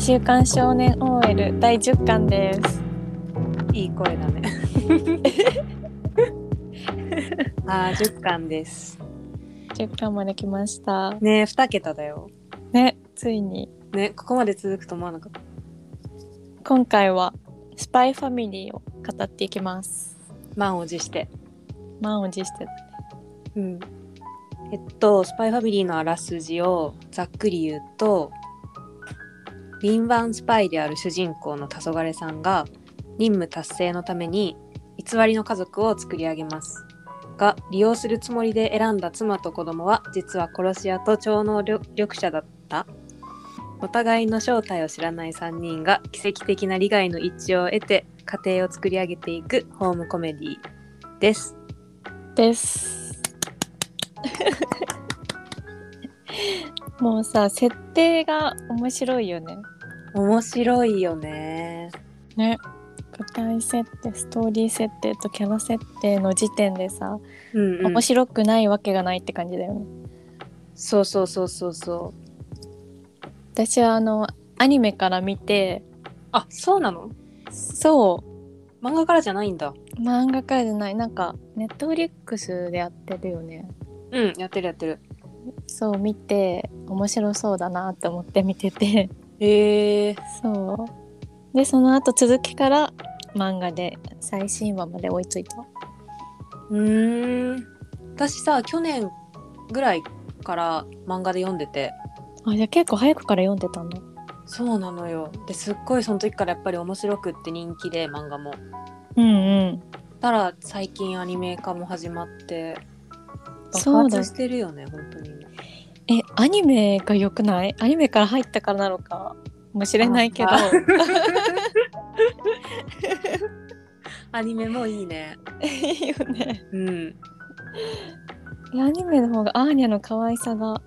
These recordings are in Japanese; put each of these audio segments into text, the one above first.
週刊少年 OL 第10巻です。いい声だね。ああ、十巻です。 10巻まで来ました。ねえ、二桁だよ。ね、ついにね、ここまで続くと思わなかった。今回はスパイファミリーを語っていきます。満を持して。満を持して。うん。えっと、スパイファミリーのあらすじをざっくり言うと。敏腕スパイである主人公の黄昏さんが任務達成のために偽りの家族を作り上げますが利用するつもりで選んだ妻と子供は実は殺し屋と超能力者だったお互いの正体を知らない3人が奇跡的な利害の一致を得て家庭を作り上げていくホームコメディですです。 もうさ、設定が面白いよね。面白いよねね。舞台設定、ストーリー設定とキャラ設定の時点でさ、うん、うん面白くないわけがないって感じだよね。そうそうそうそうそう私はあの、アニメから見て、あそうなのそう、漫画からじゃないんだ漫画家じゃないなんかネットフリックスでやってるよねうんやってるやってるそう見て面白そうだなって思って見ててへえ そうでその後続きから漫画で最新話まで追いついたうーん私さ去年ぐらいから漫画で読んでてあじゃあ結構早くから読んでたんだそうなのよですっごいその時からやっぱり面白くって人気で漫画もうんうんたら最近アニメ化も始まって爆そうだ発してるよね本当にえアニメが良くないアニメから入ったからなのかもしれないけどあアニメもいいね いいよねうんいやアニメの方がアーニャの可愛さが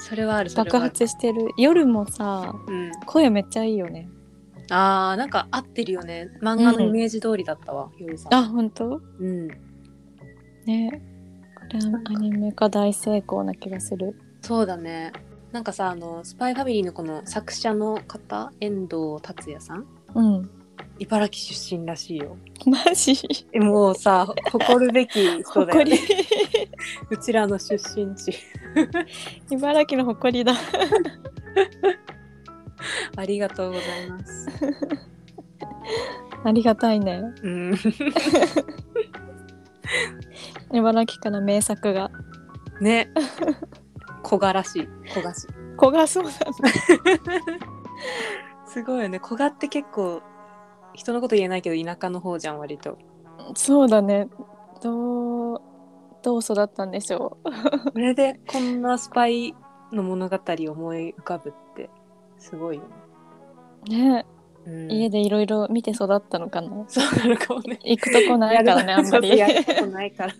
それはあるそれ爆はある発してる夜もさうん声めっちゃいいよねあーなんか合ってるよね漫画のイメージ通りだったわ、よりさんあ本当うんねこれはアニメ化大成功な気がするそうだねなんかさあのスパイファミリーのこの作者の方遠藤達也さんうん茨城出身らしいよマジえもうさ誇るべき人 だよ誇ねり うちらの出身地茨城の誇りだありがとうございますありがたいねうん茨城から名作がね小柄しい小がしい子がそうだなすごいよね小がって結構人のこと言えないけど田舎の方じゃん割とそうだねどうどう育ったんでしょうこれでこんなスパイの物語を思い浮かぶってすごいよね、ね、うん家でいろいろ見て育ったのかなそうなのかもね行くとこないからねあんまりやることないから。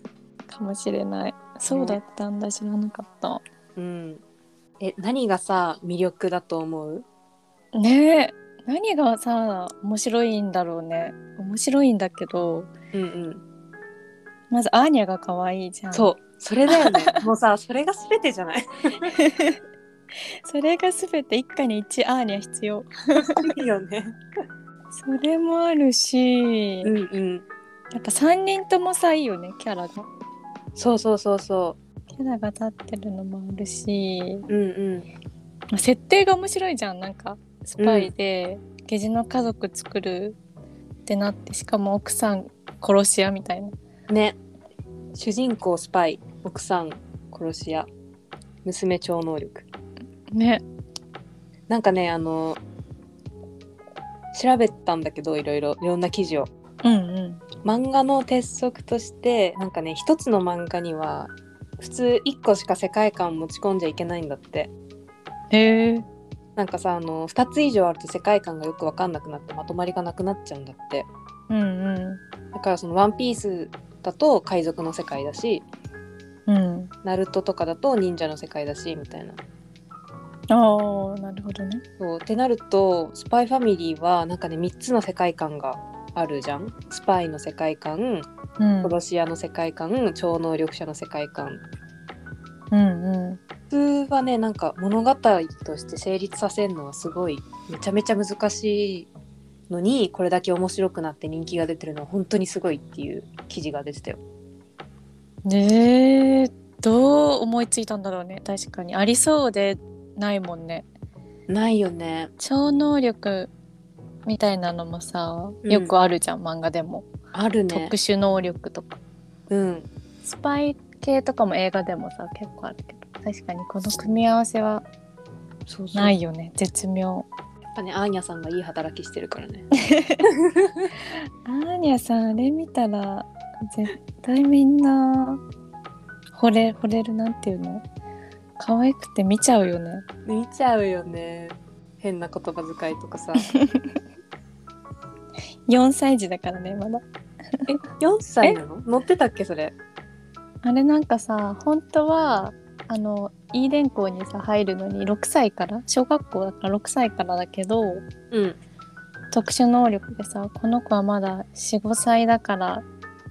かもしれないそうだったんだ知らなかったうん。 え、何がさ、魅力だと思うねえ何がさ面白いんだろうね面白いんだけどうんうん。まずアーニャが可愛いじゃんそう。それだよ ね。もうさ、それが全てじゃない。それが全て一家に一アーニャ必要いいよ ね。それもあるし、うんうん。やっぱ3人ともさいいよねキャラがそうそうそうそキャラが立ってるのもあるし、う。うんうん。まあ設定が面白いじゃんなんかスパイで下地の家族作るってなってしかも奥さん殺し屋みたいなね。主人公スパイ、奥さん殺し屋、娘超能力。ねなんかね、あの、調べたんだけど、いろいろ、いろんな記事を。うんうん漫画の鉄則としてなんかね一つの漫画には普通一個しか世界観を持ち込んじゃいけないんだってへえなんかさあの2つ以上あると世界観がよく分かんなくなってまとまりがなくなっちゃうんだってうんうんだからその「ワンピースだと海賊の世界だしうん。ナルトとかだと忍者の世界だしみたいな。ああ、なるほどね。そうってなるとスパイファミリーはなんかね3つの世界観があるじゃん。スパイの世界観うん。殺し屋の世界観超能力者の世界観。うんう普通はねなんか物語として成立させるのはすごいめちゃめちゃ難しいのにこれだけ面白くなって人気が出てるのは本当にすごいっていう記事が出てたよ。ん。ねえどう思いついたんだろうね。確かにありそうでないもんね。ないよね。超能力みたいなのもさ、うんよくあるじゃん漫画でも、あるね特。殊能力とかうん。スパイ系とかも映画でもさ結構あるけど確かにこの組み合わせはそうそう。ないよね絶妙やっぱねアーニャさんがいい働きしてるからね。アーニャさんあれ見たら絶対みんな惚れ惚れるなんていうの可愛くて見ちゃうよね 見ちゃうよね。変な言葉遣いとか さ。 4歳児だからねまだえ、4歳なの乗ってたっけそれ。あれなんかさ本当はあのいい電校にさ入るのに6歳から小学校だから6歳からだけどうん。特殊能力でさこの子はまだ45歳だから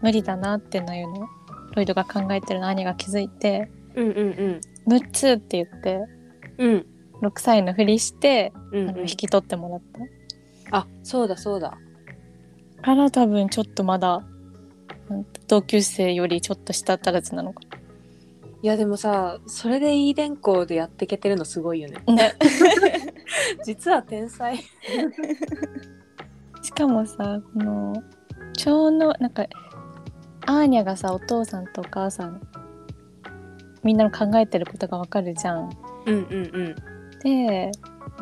無理だなってないうのロイドが考えてるの兄が気づいてうんうん「ムッツー」って言ってうん。うん。 6歳のふりして、うあん、のうん引。き取ってもらった。あ、そうだそうだ。から多分ちょっとまだうん同級生よりちょっと下足らずなのかいやでもさ、それでいい電工でやってけてるのすごいよね。な。ね 実は天才。しかもさこの超能なんかアーニャがさお父さんとお母さんみんなの考えてることがわかるじゃん。うんうんで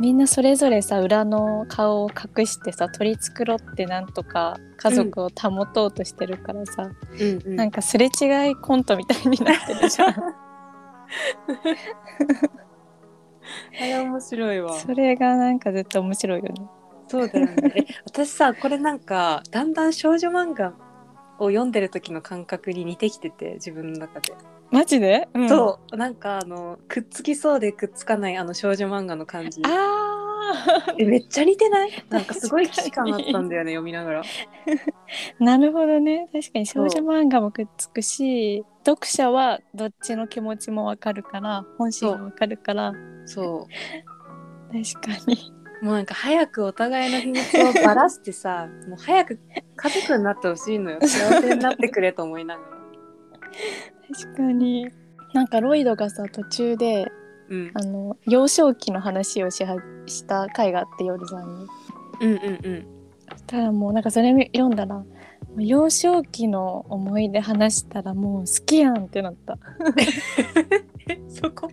みんなそれぞれさ裏の顔を隠してさ取り繕ってなんとか家族を保とうとしてるからさ、うん。うんうん。なんかすれ違いコントみたいになってるじゃん。あれ面白いわ。それがなんかずっと面白いよね。そうだよね。え私さ、これなんかだんだん少女漫画を読んでる時の感覚に似てきてて自分の中で。マジで、うんそうなんかあのくっつきそうでくっつかないあの少女漫画の感じあえめっちゃ似てないなんかすごい危機確か感にあったんだよね読みながらーなるほどね確かに少女漫画もくっつくし読者はどっちの気持ちもわかるから本心もわかるからそ確かにうもうなんか早くお互いの秘密をばらしてさもう早く家族になってほしいのよ幸せになってくれと思いながら確かになんかロイドがさ途中でうんあの幼少期の話をしはした回があって夜さんに。うんうんうんただもうなんかそれ読んだらもう幼少期の思い出話したらもう好きやんってなった。えそこ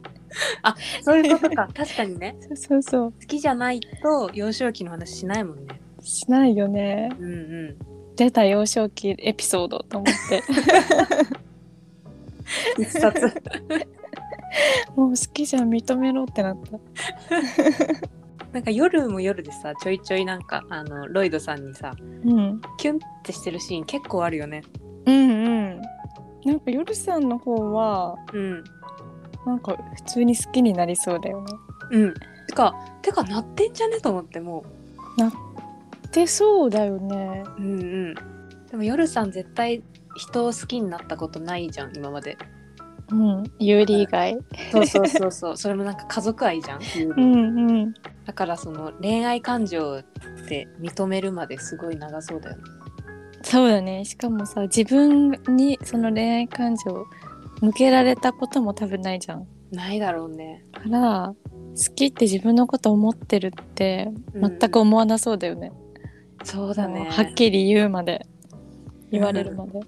あそういうこと か確かにねそうそうそう好きじゃないと幼少期の話しないもんねしないよね。うんうん出た幼少期エピソードと思って。 一冊もう好きじゃん認めろってなった。 なんか夜も夜でさちょいちょいなんかあのロイドさんにさうん。キュンってしてるシーン結構あるよね。うんうん。なんか夜さんの方はうん。なんか普通に好きになりそうだよね。うん。てか、てかなってんじゃねと思ってもでそうだよね。う。うんうん。でも夜さん絶対人を好きになったことないじゃん今まで。うん。ユーリ以外。そうそうそう そう。それもなんか家族愛じゃん。うんうん。だからその恋愛感情って認めるまですごい長そうだよね。そうだねしかもさ自分にその恋愛感情を向けられたことも多分ないじゃんないだろうね。だから好きって自分のこと思ってるってうんう全んく思わなそうだよね,、そうだね。はっきり言うまで言われるまで、い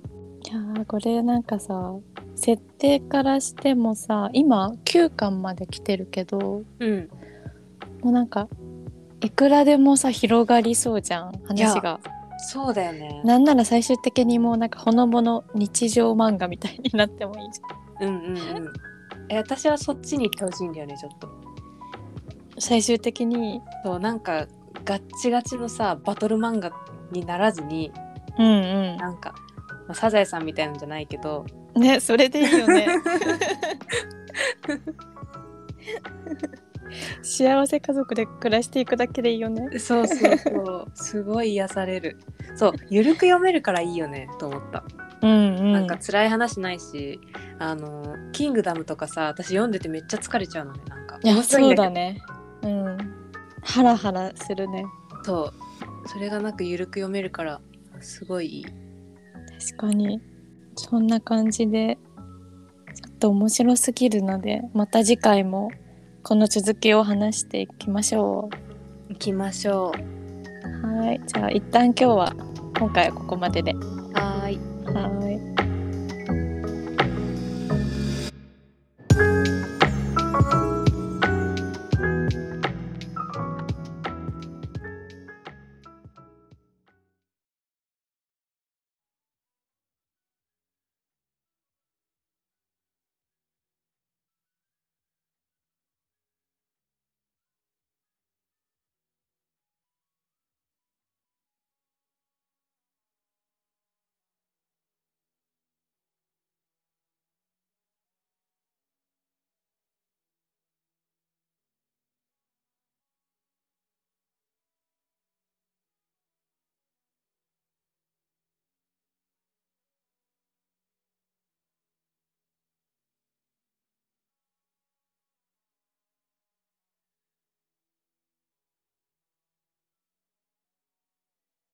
やーこれなんかさ設定からしてもさ今9巻まで来てるけどもうん。うなんかいくらでもさ広がりそうじゃん話がそうだよね。なんなら最終的にもうなんかほのぼの日常漫画みたいになってもいいじゃんうんうんうん。え私はそっちに行ってほしいんだよねちょっと。最終的に、そうなんかガッチガチのさバトル漫画にならずにうんうん、なんかまあサザエさんみたいなんじゃないけどねそれでいいよ ね幸せ家族で暮らしていくだけでいいよねそうそうそう すごい癒されるそうゆるく読めるからいいよねと思った、うんうんなんか辛い話ないしあの「キングダム」とかさ私読んでてめっちゃ疲れちゃうのねなんかいやいそんうだけねうんハラハラするねどそうそれがなくゆるく読めるからすごいいい確かにそんな感じでちょっと面白すぎるのでまた次回もこの続きを話していきましょ行きましょうはいじゃあ一旦今日は今回はここまででうはーいはい